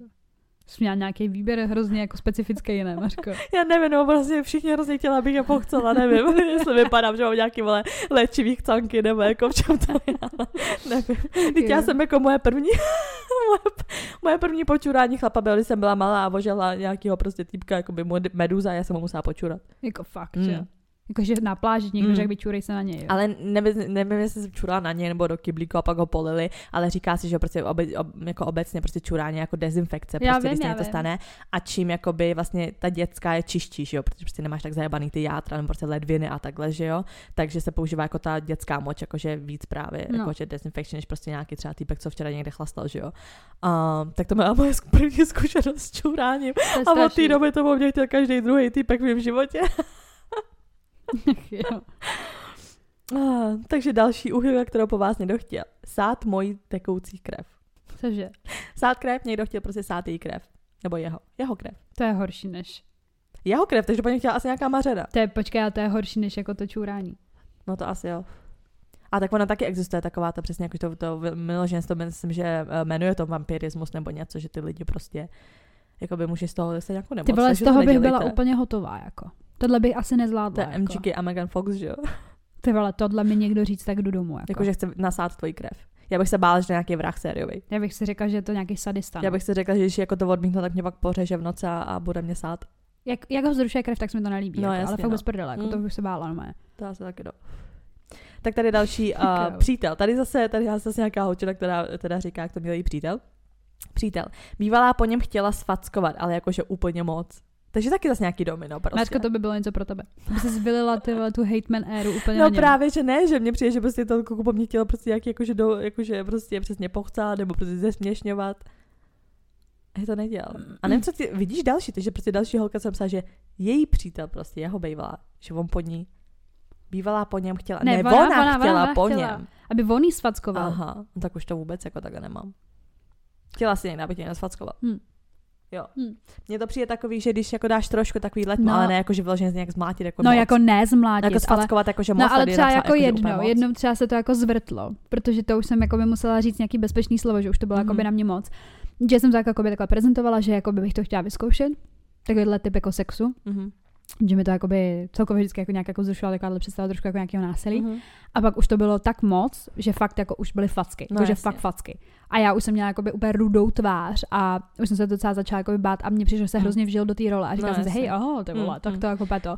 [SPEAKER 1] Jsi měla nějaký výběr hrozně jako specifický, ne, Mařko?
[SPEAKER 2] Já nevím, no prostě všichni hrozně chtěla, abych je pochcela, nevím, jestli vypadám, že mám nějaký vole léčivý chcanky, nebo jako v čem to je, ale nevím. Teď já jsem jako moje první, moje, moje první počurání chlapa byl, když jsem byla malá a vožela nějakého prostě týpka, jako by meduza, já jsem ho musela počurat.
[SPEAKER 1] Jako fakt,
[SPEAKER 2] Mm.
[SPEAKER 1] že? Jakože na pláži někdo
[SPEAKER 2] Mm.
[SPEAKER 1] řekl, vyčurej se na něj. jo.
[SPEAKER 2] Ale nevím, nevím, jestli jsem čurala na něj nebo do kyblíku a pak ho polili, ale říká si, že prostě obe, ob, jako obecně prostě čurání je jako dezinfekce,
[SPEAKER 1] Já
[SPEAKER 2] prostě
[SPEAKER 1] vím,
[SPEAKER 2] když se
[SPEAKER 1] já
[SPEAKER 2] něco
[SPEAKER 1] vím.
[SPEAKER 2] stane a čím jakoby vlastně ta dětská je čistší, že jo, protože prostě nemáš tak zajebaný ty játra nebo prostě ledviny a takhle, že jo, takže se používá jako ta dětská moč, jakože víc právě,
[SPEAKER 1] No.
[SPEAKER 2] no. jakože dezinfekce, než prostě nějaký třeba týpek, co včera někde chlastal, že jo. Um, tak to byla moje zku- první zkušenost s čuráním
[SPEAKER 1] To je
[SPEAKER 2] a od té
[SPEAKER 1] strašný.
[SPEAKER 2] doby to po mně chtěl každý druhý týpek v mém životě.
[SPEAKER 1] Jo.
[SPEAKER 2] Ah, takže další úhyba, kterou po vás někdo chtěl. Sát mojí tekoucí krev.
[SPEAKER 1] To Cože?
[SPEAKER 2] Sát krev, někdo chtěl prostě sát její krev. Nebo jeho. Jeho krev.
[SPEAKER 1] To je horší než.
[SPEAKER 2] Jeho krev, takže po něm chtěla asi nějaká mařena.
[SPEAKER 1] To je, počkej, ale to je horší než jako to čurání.
[SPEAKER 2] No to asi jo. A tak ona taky existuje taková ta přesně, jako to, to miloženstvo, myslím, že eh, jmenuje to vampirismus nebo něco, že ty lidi prostě jako by může z toho dostat nějakou nemoc.
[SPEAKER 1] Ty vole, z
[SPEAKER 2] takže
[SPEAKER 1] toho
[SPEAKER 2] to
[SPEAKER 1] bych byla
[SPEAKER 2] nedělejte. No,
[SPEAKER 1] úplně hotová, jako. Tohle bych asi
[SPEAKER 2] To
[SPEAKER 1] nezvládla.
[SPEAKER 2] je
[SPEAKER 1] Jako.
[SPEAKER 2] MGK a Megan Fox, že jo?
[SPEAKER 1] Ty vole, tohle mi někdo říct, tak jdu domů. Jako.
[SPEAKER 2] Jako, že chce nasát tvoji krev. Já bych se bála, že to je nějaký vrah sériový.
[SPEAKER 1] Já bych si řekla, že je to nějaký sadista. no.
[SPEAKER 2] Já bych si řekla, že když jako to odmítnu, tak mě pak pořeže v noci a, a bude mě sát.
[SPEAKER 1] Jak, jak ho vzrušuje krev, tak se mi to nelíbí.
[SPEAKER 2] No,
[SPEAKER 1] jako, ale
[SPEAKER 2] jasně,
[SPEAKER 1] fakt
[SPEAKER 2] no.
[SPEAKER 1] bez prdele, jako to
[SPEAKER 2] Mm.
[SPEAKER 1] bych se bála. No, mé.
[SPEAKER 2] To asi taky do. Tak tady další uh,
[SPEAKER 1] Kámo.
[SPEAKER 2] přítel. Tady zase, tady je zase nějaká holčina, která teda říká, jak to měl její přítel. Přítel. Bývalá po něm chtěla sfackovat, ale jakože úplně moc. Takže taky zase nějaký domino. Prostě.
[SPEAKER 1] Máčko, to by bylo něco pro tebe. By si zbylila ty, vole, tu hateman éru úplně na
[SPEAKER 2] No
[SPEAKER 1] něm.
[SPEAKER 2] právě, že ne, že mě přijde, že prostě to kuku po mně chtělo prostě nějaký, jakože, do, jakože prostě přesně pochcát nebo prostě zesměšňovat. A já to nedělal. A nevím, co ty, vidíš další, takže prostě další holka jsem psala, že její přítel prostě, jeho bývalá, že on po ní bývalá po něm chtěla. Ne, ne ona, ona, chtěla
[SPEAKER 1] ona
[SPEAKER 2] po
[SPEAKER 1] chtěla.
[SPEAKER 2] něm.
[SPEAKER 1] Aby on jí svackoval.
[SPEAKER 2] Aha, no tak už to vůbec jako takhle nemám. Chtěla si někdy, aby tě nesfackoval.
[SPEAKER 1] Hm.
[SPEAKER 2] Jo.
[SPEAKER 1] Hm.
[SPEAKER 2] Mně to přijde takový, že když jako dáš trošku takový let,
[SPEAKER 1] No.
[SPEAKER 2] no. ale ne jako, že vyloženě nějak zmlátit jako
[SPEAKER 1] No
[SPEAKER 2] moc.
[SPEAKER 1] jako ne zmlátit,
[SPEAKER 2] jako
[SPEAKER 1] ale
[SPEAKER 2] sfackovat, jako že moc
[SPEAKER 1] No ale
[SPEAKER 2] tady
[SPEAKER 1] třeba
[SPEAKER 2] napsala,
[SPEAKER 1] jako
[SPEAKER 2] že
[SPEAKER 1] jedno,
[SPEAKER 2] úplně moc.
[SPEAKER 1] jednou třeba se to jako zvrtlo, protože to už jsem jako by musela říct nějaký bezpečný slovo, že už to bylo jako by
[SPEAKER 2] Mhm.
[SPEAKER 1] na mě moc. Že jsem to jako by takhle prezentovala, že jako bych to chtěla vyzkoušet, takovýhle typ jako sexu,
[SPEAKER 2] Mhm.
[SPEAKER 1] že mi to jako by celkově vždycky jako nějak jako zrušila takováhle představa trošku jako nějakého násilí.
[SPEAKER 2] Mhm.
[SPEAKER 1] A pak už to bylo tak moc, že fakt jako už byly facky,
[SPEAKER 2] No
[SPEAKER 1] no, že
[SPEAKER 2] jasně.
[SPEAKER 1] fakt facky. A já už jsem měla jakoby úplně rudou tvář a už jsem se docela začala jakoby bát a mě přišlo, že se
[SPEAKER 2] Mm.
[SPEAKER 1] hrozně vžil do té role a říkala
[SPEAKER 2] No
[SPEAKER 1] jsem si,
[SPEAKER 2] jasně.
[SPEAKER 1] hej, oho, ty vole,
[SPEAKER 2] Mm,
[SPEAKER 1] tak
[SPEAKER 2] mm.
[SPEAKER 1] to jako úplně to.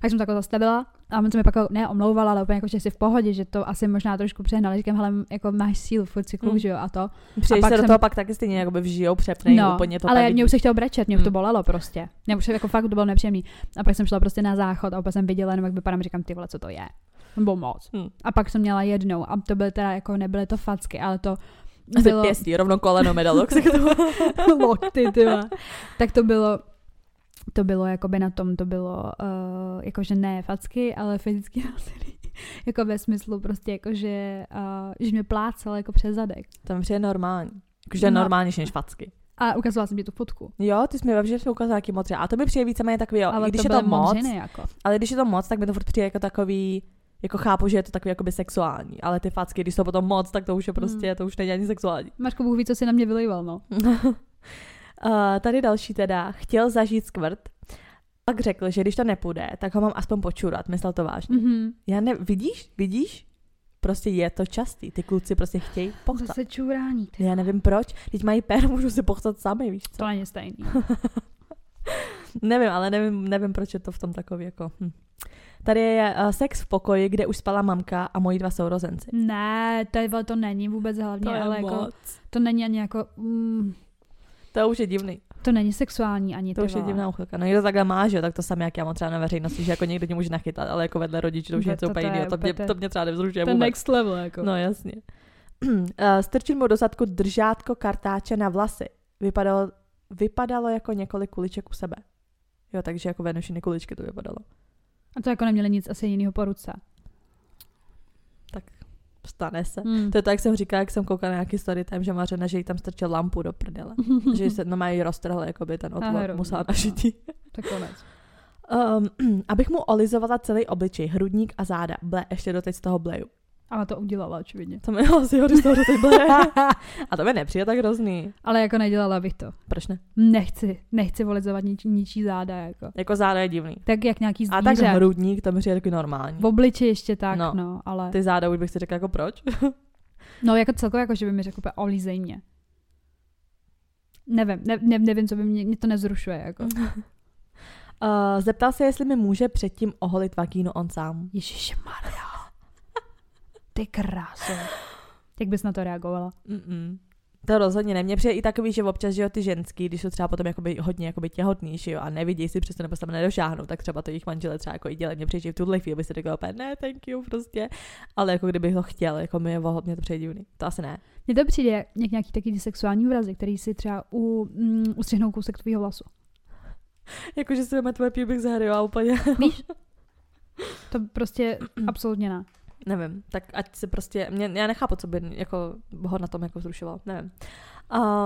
[SPEAKER 1] Tak jsem to jako zastavila a on se mi pak jako ne omlouvala, ale úplně jako, že jsi v pohodě, že to asi možná trošku přehnala. Říkám, hele, jako máš sílu, furt si kluk,
[SPEAKER 2] Mm.
[SPEAKER 1] že jo, a to.
[SPEAKER 2] Přijdeš
[SPEAKER 1] A pak
[SPEAKER 2] se do
[SPEAKER 1] jsem-
[SPEAKER 2] toho pak taky stejně jako jakoby vžijou, přepnej no, úplně to
[SPEAKER 1] ale
[SPEAKER 2] tak
[SPEAKER 1] mě už se chtěl brečet, mě už to
[SPEAKER 2] Mm.
[SPEAKER 1] bolelo prostě. Mě už jako fakt to bylo nepříjemný. A pak jsem šla prostě na záchod a opět jsem viděla, jenom jak vypadám, říkám, ty vole, co to je. To bylo moc.
[SPEAKER 2] Mm.
[SPEAKER 1] A pak jsem měla jednou a to byly teda jako, nebyly to facky, ale to
[SPEAKER 2] A ty
[SPEAKER 1] bylo
[SPEAKER 2] pěstí, rovno koleno medalo. jak se to-
[SPEAKER 1] lokty, ty vole. Tak to bylo, to bylo jakoby na tom, to bylo uh, jakože ne facky, ale fyzicky násilí. jako ve smyslu prostě jakože, uh, že mě plácel jako přes zadek.
[SPEAKER 2] To mi přijde normální. Jakože
[SPEAKER 1] No.
[SPEAKER 2] normálnější než facky.
[SPEAKER 1] A ukazovala jsem ti tu fotku.
[SPEAKER 2] Jo, ty jsi mi vždycky jsi ukázal, jaký moc je. A to mi přijde víceméně takový, jo,
[SPEAKER 1] ale
[SPEAKER 2] i když
[SPEAKER 1] to
[SPEAKER 2] je to
[SPEAKER 1] byly
[SPEAKER 2] moc,
[SPEAKER 1] modřiny, jako.
[SPEAKER 2] ale když je to moc, tak mi to furt přijde jako takový, jako chápu, že je to takový jakoby sexuální, ale ty facky, když jsou potom moc, tak to
[SPEAKER 1] Hmm.
[SPEAKER 2] už je prostě, to už není ani sexuální.
[SPEAKER 1] Mařko, Bůh ví, co si na mě vylejval, no.
[SPEAKER 2] Uh, tady další teda, chtěl zažít skvrt, pak řekl, že když to nepůjde, tak ho mám aspoň počurat, myslel to vážně.
[SPEAKER 1] Mhm.
[SPEAKER 2] Já ne, vidíš, vidíš? Prostě je to častý, ty kluci prostě chtějí pochcat.
[SPEAKER 1] Zase čurání, ty.
[SPEAKER 2] Já nevím proč, teď mají pér, můžu si pochcat sami, víš co?
[SPEAKER 1] To není stejný.
[SPEAKER 2] Nevím, ale nevím, nevím, proč je to v tom takový jako... Hm. Tady je uh, sex v pokoji, kde už spala mamka a moji dva sourozenci.
[SPEAKER 1] ne, to, je- to není vůbec hlavně,
[SPEAKER 2] To je
[SPEAKER 1] ale jako,
[SPEAKER 2] moc.
[SPEAKER 1] to není ani jako, mm,
[SPEAKER 2] To už je divný.
[SPEAKER 1] to není sexuální ani
[SPEAKER 2] To
[SPEAKER 1] ty
[SPEAKER 2] už je
[SPEAKER 1] vole.
[SPEAKER 2] divná uchylka. No někdo takhle má, že jo, tak to samé, jak já mám třeba na veřejnosti, že jako někdo tě může nachytat, ale jako vedle rodičů to už je
[SPEAKER 1] To- to-
[SPEAKER 2] něco
[SPEAKER 1] to
[SPEAKER 2] úplně
[SPEAKER 1] je
[SPEAKER 2] jiného. To, mě-
[SPEAKER 1] úplně ten-
[SPEAKER 2] to mě třeba nevzrušuje
[SPEAKER 1] Ten
[SPEAKER 2] vůbec.
[SPEAKER 1] next level, jako.
[SPEAKER 2] No jasně. Uh, Strčil mu do zadku držátko kartáče na vlasy. Vypadalo, vypadalo jako několik kuliček u sebe. Jo, takže jako venušiny kuličky to vypadalo.
[SPEAKER 1] A to jako neměli nic asi jiného po ruce.
[SPEAKER 2] Stane se.
[SPEAKER 1] Hmm.
[SPEAKER 2] To je tak, jak jsem říkala, jak jsem koukala na nějaký story time, že Mařena, že jí tam strčil lampu do prdele. že se no mají roztrhl jakoby ten
[SPEAKER 1] Ah,
[SPEAKER 2] otvor,
[SPEAKER 1] hrozný,
[SPEAKER 2] musela
[SPEAKER 1] no.
[SPEAKER 2] nažití.
[SPEAKER 1] To konec.
[SPEAKER 2] Um, abych mu olizovala celý obličej, hrudník a záda. Ble, ještě doteď z toho bleju.
[SPEAKER 1] Ale to udělala očividně.
[SPEAKER 2] To mi asi ho, když z toho doteď bleje. a to mi nepřijde tak hrozný.
[SPEAKER 1] Ale jako nedělala bych to.
[SPEAKER 2] Proč ne?
[SPEAKER 1] Nechci, nechci volizovat nič, ničí záda, jako.
[SPEAKER 2] Jako záda je divný.
[SPEAKER 1] Tak jak nějaký
[SPEAKER 2] A
[SPEAKER 1] zvíře.
[SPEAKER 2] tak hrudník, to mi přijde taky normální.
[SPEAKER 1] v obliči ještě tak,
[SPEAKER 2] No.
[SPEAKER 1] no, no ale...
[SPEAKER 2] Ty záda už bych si řekla jako proč.
[SPEAKER 1] No jako celkově, jako že by mi řekl úplně olízej mě. Nevím, ne, ne, nevím, co by mě, mě to nezrušuje, jako.
[SPEAKER 2] Mm. Uh, zeptal se, jestli mi může předtím oholit vagínu on sám.
[SPEAKER 1] Ježíš Maria. Ty kráso. Jak bys na to reagovala?
[SPEAKER 2] Mm-mm. To rozhodně ne. Mně přijde i takový, že občas, že jo, ty ženský, když jsou třeba potom jakoby hodně jakoby těhotný, že jo, a nevidí si přesto nebo se tam nedošáhnou, tak třeba to jejich manžele třeba jako i dělat. Mně přijde, že v tuhle chvíli by si řekla opět, ne, thank you, prostě. Ale jako kdybych ho chtěl, jako mi je voho- mě to přijde divný. To asi ne.
[SPEAKER 1] Mně to přijde jak nějaký takový ty sexuální úrazy, který si třeba u, mm, ustřihnou kousek tvýho vlasu.
[SPEAKER 2] Jakože si jdeme tvoje píbek zahraju a úplně.
[SPEAKER 1] Víš? To prostě absolutně ne.
[SPEAKER 2] nevím, tak ať se prostě, mě, já nechápu, co by jako ho na tom jako zrušoval, nevím.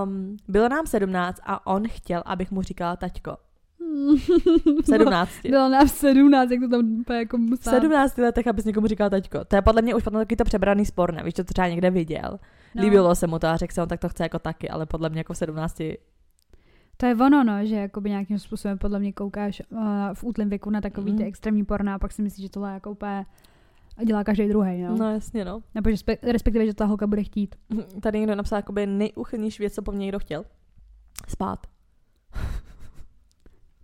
[SPEAKER 2] Um, bylo nám 17 a on chtěl, abych mu říkala taťko.
[SPEAKER 1] No,
[SPEAKER 2] V 17.
[SPEAKER 1] Bylo nám 17, jak to tam úplně jako
[SPEAKER 2] V 17 letech, abys někomu říkal taťko. To je podle mě už potom taky to přebraný spor, ne? Víš, to třeba někde viděl. No. Líbilo se mu to a řekl se on, tak to chce jako taky, ale podle mě jako v 17
[SPEAKER 1] To je ono, no, že jakoby nějakým způsobem podle mě koukáš uh, v útlém věku na takový
[SPEAKER 2] Mhm.
[SPEAKER 1] ty extrémní porna a pak si myslíš, že tohle je jako úplně a dělá každý druhý, no.
[SPEAKER 2] No jasně, no.
[SPEAKER 1] Nebo že spe- respektive, že ta holka bude chtít.
[SPEAKER 2] Tady někdo napsal jakoby nejuchylnější věc, co po mně někdo chtěl. Spát.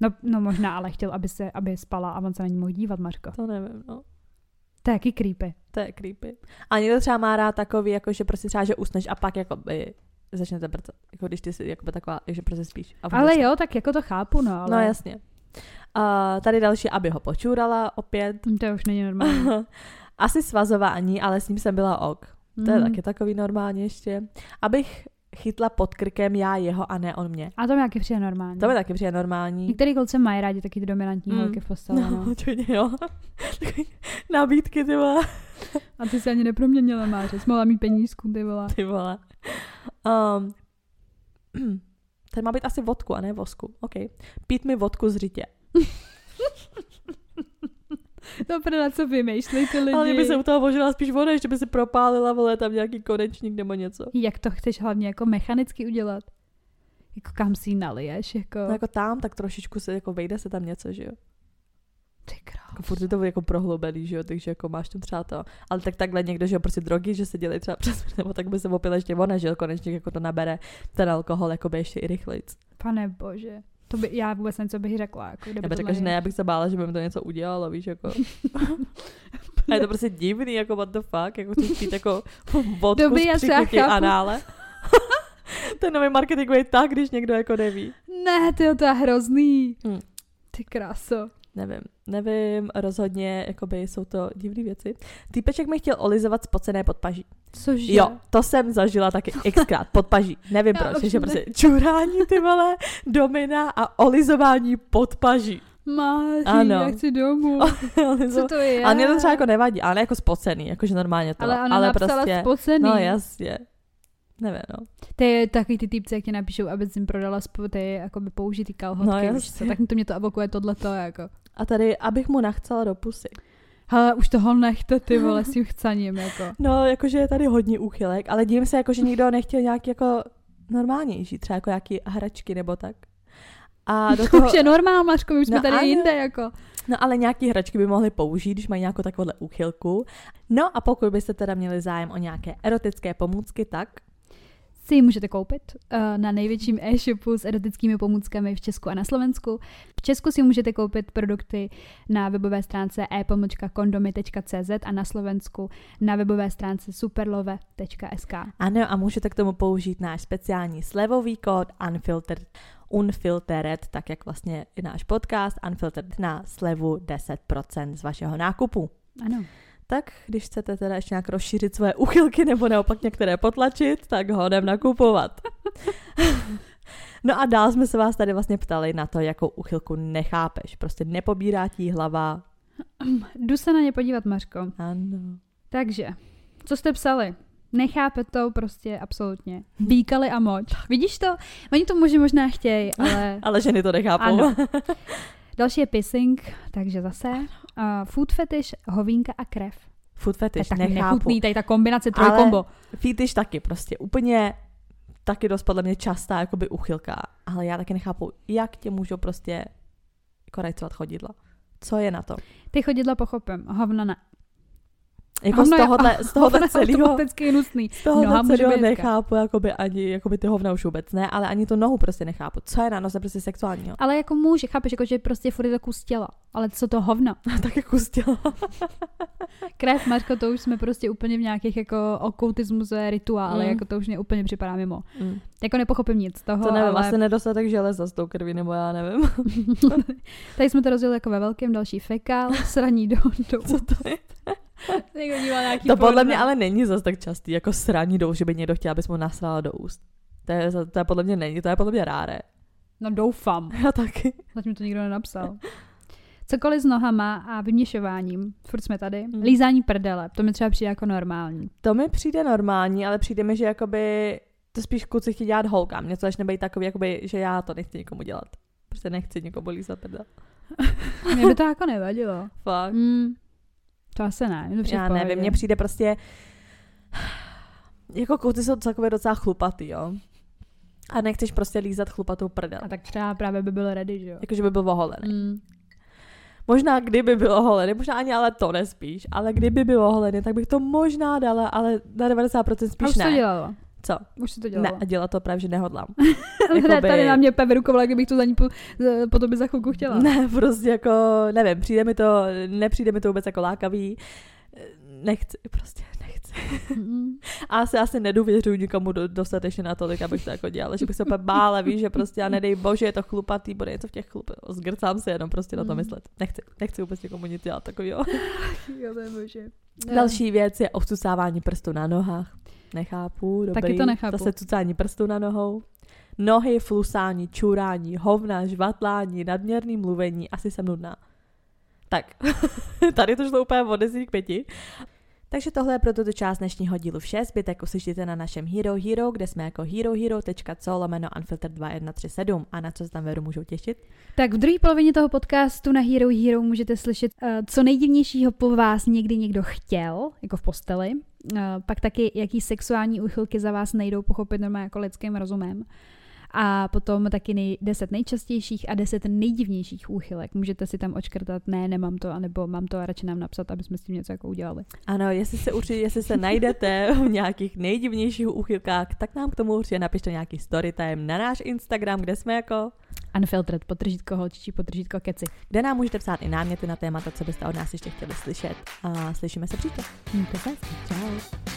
[SPEAKER 1] No, no možná, ale chtěl, aby, se, aby spala a on se na ní mohl dívat, Mařko.
[SPEAKER 2] To nevím, no.
[SPEAKER 1] To je jaký creepy.
[SPEAKER 2] To je creepy. A někdo třeba má rád takový, jako že prostě třeba, že usneš a pak jakoby začnete brcat. Jako když ty jsi jakoby taková, že prostě spíš. A vůbec
[SPEAKER 1] Ale
[SPEAKER 2] ne.
[SPEAKER 1] jo, tak jako to chápu, no, ale
[SPEAKER 2] No jasně. A tady další, aby ho počůrala opět.
[SPEAKER 1] to už není normální.
[SPEAKER 2] Asi svazování, ale s ním jsem byla ok. To je
[SPEAKER 1] Mhm.
[SPEAKER 2] taky takový normálně ještě. Abych chytla pod krkem já jeho a ne on mě.
[SPEAKER 1] A to mi taky přijde normální.
[SPEAKER 2] To mi taky přijde normální.
[SPEAKER 1] Některý kolce mají rádi taky ty dominantní
[SPEAKER 2] Mm.
[SPEAKER 1] holky v posteli, no.
[SPEAKER 2] No, určitě jo. Takový nabídky, ty vole.
[SPEAKER 1] A ty se ani neproměnila, Máře. Jsi mohla mít penízku, ty vole.
[SPEAKER 2] Ty vole. Um, ten má být asi vodku a ne vosku. OK. Pít mi vodku z řitě.
[SPEAKER 1] To prdele, co vymýšlej ty lidi.
[SPEAKER 2] Ale mě by se u toho vožila spíš voda, že by se propálila, vole, tam nějaký konečník nebo něco.
[SPEAKER 1] Jak to chceš hlavně jako mechanicky udělat? Jako kam si ji naliješ, jako...
[SPEAKER 2] No jako tam, tak trošičku se, jako vejde se tam něco, že jo.
[SPEAKER 1] Ty
[SPEAKER 2] Jako
[SPEAKER 1] krávo.
[SPEAKER 2] furt je to jako prohloubený, že jo, takže jako máš tam třeba to. Ale tak takhle někdo, že jo, prostě drogy, že se dělají třeba přes, nebo tak by se opila ještě ona, že jo, konečně jako to nabere ten alkohol, jako by ještě i rychlejc.
[SPEAKER 1] Pane bože. To by, já vůbec nevím, co bych řekla. Jako, kdyby
[SPEAKER 2] Já
[SPEAKER 1] tohle
[SPEAKER 2] bych řekla, že
[SPEAKER 1] je-
[SPEAKER 2] ne, já bych se bála, že by mi to něco udělalo, víš, jako. A je to prostě divný, jako what the fuck, jako chceš pít jako vodku
[SPEAKER 1] Dobrý, já
[SPEAKER 2] z
[SPEAKER 1] třeba
[SPEAKER 2] příchutí
[SPEAKER 1] chápu.
[SPEAKER 2] anále. Ten nový marketing je tak, když někdo jako neví.
[SPEAKER 1] Ne, ty to je hrozný.
[SPEAKER 2] Hm.
[SPEAKER 1] Ty kráso.
[SPEAKER 2] Nevím, nevím, rozhodně, jakoby jsou to divné věci. Týpeček mi chtěl olizovat spocené podpaží.
[SPEAKER 1] Cože?
[SPEAKER 2] Jo, to jsem zažila taky xkrát, podpaží. Nevím
[SPEAKER 1] Já
[SPEAKER 2] proč,
[SPEAKER 1] už ne.
[SPEAKER 2] že prostě čurání ty vole, domina a olizování podpaží.
[SPEAKER 1] Máří,
[SPEAKER 2] Ano.
[SPEAKER 1] já chci domů.
[SPEAKER 2] Olizo-
[SPEAKER 1] Co to je?
[SPEAKER 2] A mě to třeba jako nevadí, ale jako spocený, jakože normálně to.
[SPEAKER 1] Ale ona
[SPEAKER 2] ale
[SPEAKER 1] napsala
[SPEAKER 2] prostě,
[SPEAKER 1] spocený.
[SPEAKER 2] No jasně. Nevím, no.
[SPEAKER 1] To je taky ty typce, jak ti napíšou, aby jim prodala spo- ty jakoby použitý kalhotky.
[SPEAKER 2] No,
[SPEAKER 1] No,
[SPEAKER 2] jasně.
[SPEAKER 1] už, co, tak to mě to evokuje tohleto. Jako.
[SPEAKER 2] A tady, abych mu nachcela do pusy.
[SPEAKER 1] Hele, už toho nechte, ty vole, s tím chcaním. Jako.
[SPEAKER 2] No, jakože je tady hodně úchylek, ale divím se, jakože nikdo nechtěl nějaký jako normálnější, třeba jako nějaký hračky nebo tak. A do
[SPEAKER 1] To
[SPEAKER 2] toho,
[SPEAKER 1] už je normál, Mařko, my už jsme
[SPEAKER 2] No
[SPEAKER 1] tady
[SPEAKER 2] ano.
[SPEAKER 1] jinde. Jako.
[SPEAKER 2] no ale nějaký hračky by mohly použít, když mají nějakou takovouhle úchylku. No a pokud byste teda měli zájem o nějaké erotické pomůcky, tak
[SPEAKER 1] Si ji můžete koupit eh, na největším e-shopu s erotickými pomůckami v Česku a na Slovensku. V Česku si můžete koupit produkty na webové stránce e-kondomy.cz a na Slovensku na webové stránce superlove.sk.
[SPEAKER 2] Ano, a můžete k tomu použít náš speciální slevový kód Unfiltered, Unfiltered, tak jak vlastně i náš podcast Unfiltered na slevu 10% z vašeho nákupu.
[SPEAKER 1] Ano.
[SPEAKER 2] Tak když chcete teda ještě nějak rozšířit svoje uchylky nebo naopak některé potlačit, tak ho jdem nakupovat. No a dál jsme se vás tady vlastně ptali na to, jakou uchylku nechápeš. Prostě nepobírá ti ji hlava.
[SPEAKER 1] Hm, Jdu se na ně podívat, Mařko.
[SPEAKER 2] Ano.
[SPEAKER 1] Takže, co jste psali? Nechápe to prostě absolutně. Bíkali a moč. Vidíš to? Oni to muži možná chtějí, ale...
[SPEAKER 2] Ale ženy to nechápou.
[SPEAKER 1] Ano. Další je pissing, takže zase. Uh, food fetish, hovínka a krev.
[SPEAKER 2] Food
[SPEAKER 1] To je
[SPEAKER 2] fetish,
[SPEAKER 1] tak
[SPEAKER 2] nechápu.
[SPEAKER 1] nechutný, tady ta kombinace
[SPEAKER 2] Ale-
[SPEAKER 1] trojkombo.
[SPEAKER 2] Fetiš taky prostě úplně taky dost podle mě častá jakoby uchylka, ale já taky nechápu, jak tě můžou prostě korecovat chodidla. Co je na to?
[SPEAKER 1] Ty chodidla pochopím, hovna ne.
[SPEAKER 2] Jako z
[SPEAKER 1] Hovno je-
[SPEAKER 2] tohohle, z
[SPEAKER 1] Hovna
[SPEAKER 2] tohohle
[SPEAKER 1] je
[SPEAKER 2] celého,
[SPEAKER 1] automaticky nutný.
[SPEAKER 2] z
[SPEAKER 1] Noha
[SPEAKER 2] tohohle
[SPEAKER 1] může
[SPEAKER 2] celého
[SPEAKER 1] být hezká.
[SPEAKER 2] nechápu jakoby ani jakoby ty hovna už vůbec ne, ale ani tu nohu prostě nechápu. Co je na noze prostě sexuálního?
[SPEAKER 1] Ale jako muž, chápeš, jako, že prostě furt je to kus těla. Ale co to hovno?
[SPEAKER 2] tak jako stěla.
[SPEAKER 1] Krev, Mařko, to už jsme prostě úplně v nějakých jako okoutismus rituále,
[SPEAKER 2] Mm.
[SPEAKER 1] jako to už mě úplně připadá mimo.
[SPEAKER 2] Mm.
[SPEAKER 1] Jako nepochopím nic z toho,
[SPEAKER 2] To nevím, vlastně-
[SPEAKER 1] ale...
[SPEAKER 2] asi nedostatek železa s tou krví, nebo já nevím.
[SPEAKER 1] Tady jsme to rozdělili jako ve velkém, další fekal, sraní do, do
[SPEAKER 2] Co to je?
[SPEAKER 1] Někdo dívá nějaký
[SPEAKER 2] To podle
[SPEAKER 1] porno.
[SPEAKER 2] mě ale není zas tak častý, jako sraní do úst, že by někdo chtěl, abys mu nasrala do úst. To je, to je podle mě není, to je podle mě ráre.
[SPEAKER 1] No doufám,
[SPEAKER 2] Já taky.
[SPEAKER 1] zatím to nikdo nenapsal. Cokoliv s nohama a vyměšováním, furt jsme tady.
[SPEAKER 2] Mm.
[SPEAKER 1] Lízání prdele, to mi třeba přijde jako normální.
[SPEAKER 2] To mi přijde normální, ale přijde mi, že jakoby to spíš kluci chtějí dělat holkám. Mě to začne být takový, jakoby, že já to nechci nikomu dělat. Prostě nechci nikomu lízat prdel.
[SPEAKER 1] Mě by to jako nevadilo.
[SPEAKER 2] Fakt.
[SPEAKER 1] Mm, to asi ne. mě To přijde
[SPEAKER 2] Já
[SPEAKER 1] v pohodě.
[SPEAKER 2] nevím, mně přijde prostě... Jako kluci jsou celkově docela chlupatý, jo. A nechceš prostě lízat chlupatou prdel.
[SPEAKER 1] A tak třeba právě by byl ready, že jo?
[SPEAKER 2] Jakože by byl oholený.
[SPEAKER 1] Mm.
[SPEAKER 2] Možná kdyby byl oholený, možná ani ale to nespíš, ale kdyby byl oholený, tak bych to možná dala, ale na 90%
[SPEAKER 1] A
[SPEAKER 2] spíš
[SPEAKER 1] už to
[SPEAKER 2] ne.
[SPEAKER 1] dělalo.
[SPEAKER 2] Co?
[SPEAKER 1] Už se to
[SPEAKER 2] Ne,
[SPEAKER 1] dělalo.
[SPEAKER 2] a dělat to právě, že nehodlám.
[SPEAKER 1] Ne,
[SPEAKER 2] jakoby-
[SPEAKER 1] tady na mě peve rukovala, kdybych to za ní po, za- po tobě za chvilku chtěla.
[SPEAKER 2] Ne, prostě jako, nevím, přijde mi to, nepřijde mi to vůbec jako lákavý. Nechci, prostě nechci.
[SPEAKER 1] Mm.
[SPEAKER 2] A asi, asi nedůvěřuji nikomu do, dostatečně natolik, abych to jako dělala, že bych se úplně bála, víš, že prostě a nedej bože, je to chlupatý, bude něco v těch chlup, zgrcám se jenom prostě na to
[SPEAKER 1] Mm.
[SPEAKER 2] myslet. Nechci, nechci vůbec nikomu nic dělat takového.
[SPEAKER 1] Jo, to je bože.
[SPEAKER 2] Další věc je ocucávání prstů na nohách. Nechápu, dobrý.
[SPEAKER 1] Taky to nechápu.
[SPEAKER 2] Zase cucání prstů na nohou. Nohy, flusání, čurání, hovna, žvatlání, nadměrný mluvení, asi jsem nudná. Tak, tady to šlo úplně od 10 k 5. Takže tohle je pro tuto část dnešního dílu vše. Zbytek uslyšíte na našem Hero Hero, kde jsme jako herohero.co lomeno unfilter 2137. A na co se tam veru můžou těšit?
[SPEAKER 1] Tak v druhé polovině toho podcastu na Hero Hero můžete slyšet, eh, co nejdivnějšího po vás někdy někdo chtěl, jako v posteli. Eh, Pak taky, jaký sexuální úchylky za vás nejdou pochopit normálně jako lidským rozumem. A potom taky nej, 10 nejčastějších a 10 nejdivnějších úchylek. Můžete si tam očkrtat, ne, nemám to, anebo mám to a radši nám napsat, aby jsme s tím něco jako udělali.
[SPEAKER 2] Ano, jestli se určitě, jestli se najdete v nějakých nejdivnějších úchylkách, tak nám k tomu určitě napište nějaký story time na náš Instagram, kde jsme jako,
[SPEAKER 1] Unfiltered, potržítko holčičí, potržítko keci.
[SPEAKER 2] kde nám můžete psát i náměty na témata, co byste od nás ještě chtěli slyšet. A slyšíme se příště.
[SPEAKER 1] Mějte se hezky.
[SPEAKER 2] Čau.